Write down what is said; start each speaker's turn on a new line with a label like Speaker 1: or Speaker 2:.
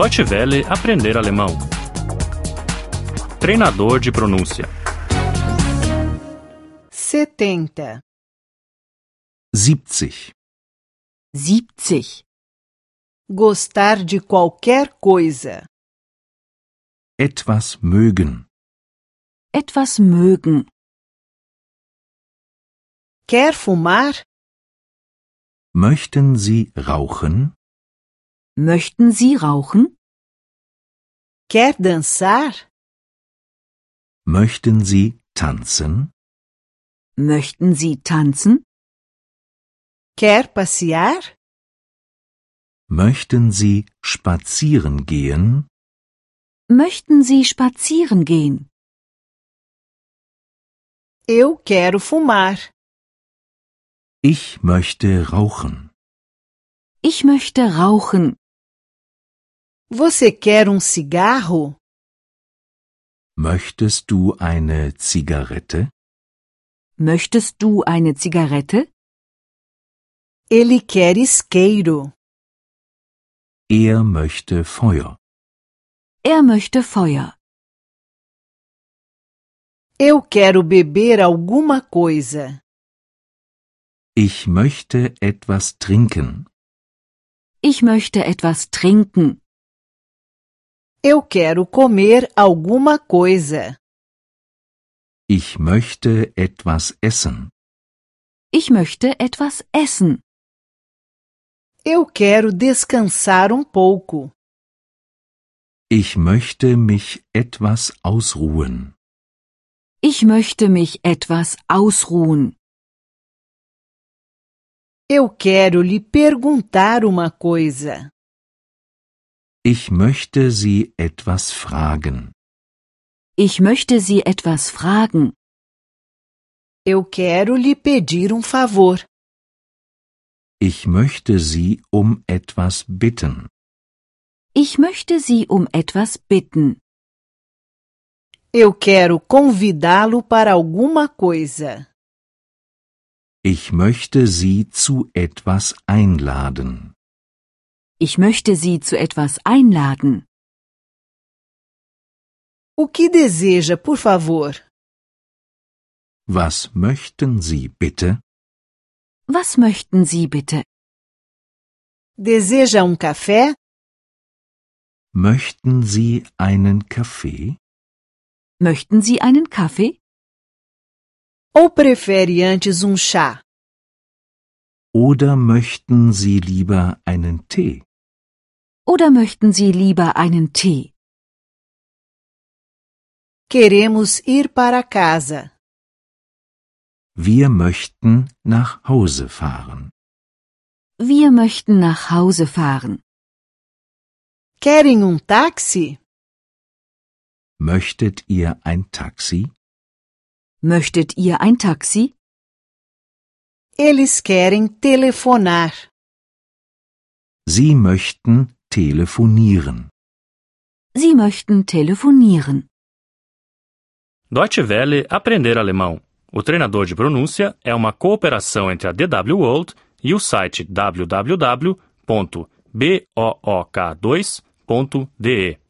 Speaker 1: Deutsche Welle aprender alemão. Treinador de pronúncia.
Speaker 2: 70.
Speaker 3: 70.
Speaker 4: 70.
Speaker 2: Gostar de qualquer coisa.
Speaker 3: Etwas mögen.
Speaker 4: Etwas mögen.
Speaker 2: Quer fumar?
Speaker 3: Möchten Sie rauchen?
Speaker 4: Möchten Sie rauchen?
Speaker 2: Quer dançar?
Speaker 3: Möchten Sie tanzen?
Speaker 4: Möchten Sie tanzen?
Speaker 2: Quer passear?
Speaker 3: Möchten Sie spazieren gehen?
Speaker 4: Möchten Sie spazieren gehen?
Speaker 2: Eu quero fumar.
Speaker 3: Ich möchte rauchen.
Speaker 4: Ich möchte rauchen.
Speaker 2: Você quer um cigarro?
Speaker 3: Möchtest du eine Zigarette?
Speaker 4: Möchtest du eine Zigarette?
Speaker 2: Ele quer isqueiro.
Speaker 3: Er möchte Feuer.
Speaker 4: Er möchte Feuer.
Speaker 2: Eu quero beber alguma coisa.
Speaker 3: Ich möchte etwas trinken.
Speaker 4: Ich möchte etwas trinken.
Speaker 2: Eu quero comer alguma coisa.
Speaker 3: Ich möchte etwas essen.
Speaker 4: Ich möchte etwas essen.
Speaker 2: Eu quero descansar um pouco.
Speaker 3: Ich möchte mich etwas ausruhen.
Speaker 4: Ich möchte mich etwas ausruhen.
Speaker 2: Eu quero lhe perguntar uma coisa.
Speaker 3: Ich möchte Sie etwas fragen.
Speaker 4: Ich möchte Sie etwas fragen.
Speaker 2: Eu quero lhe pedir um favor.
Speaker 3: Ich möchte Sie um etwas bitten.
Speaker 4: Ich möchte Sie um etwas bitten.
Speaker 2: Eu quero convidá-lo para alguma coisa.
Speaker 3: Ich möchte Sie zu etwas einladen.
Speaker 4: Ich möchte Sie zu etwas einladen.
Speaker 2: O que deseja, por favor?
Speaker 3: Was möchten Sie bitte?
Speaker 4: Was möchten Sie bitte?
Speaker 2: Deseja um café?
Speaker 3: Möchten Sie einen Kaffee?
Speaker 4: Möchten Sie einen Kaffee?
Speaker 2: Ou prefere antes um chá?
Speaker 3: Oder möchten Sie lieber einen Tee?
Speaker 4: Oder möchten Sie lieber einen Tee?
Speaker 2: Queremos ir para casa.
Speaker 3: Wir möchten nach Hause fahren.
Speaker 4: Wir möchten nach Hause fahren.
Speaker 2: Querem um táxi?
Speaker 3: Möchtet ihr ein Taxi?
Speaker 4: Möchtet ihr ein Taxi?
Speaker 2: Eles querem telefonar.
Speaker 3: Sie möchten telefonieren.
Speaker 4: Sie möchten telefonieren.
Speaker 1: Deutsche Welle aprender alemão. O treinador de pronúncia é uma cooperação entre a DW World e o site www.book2.de.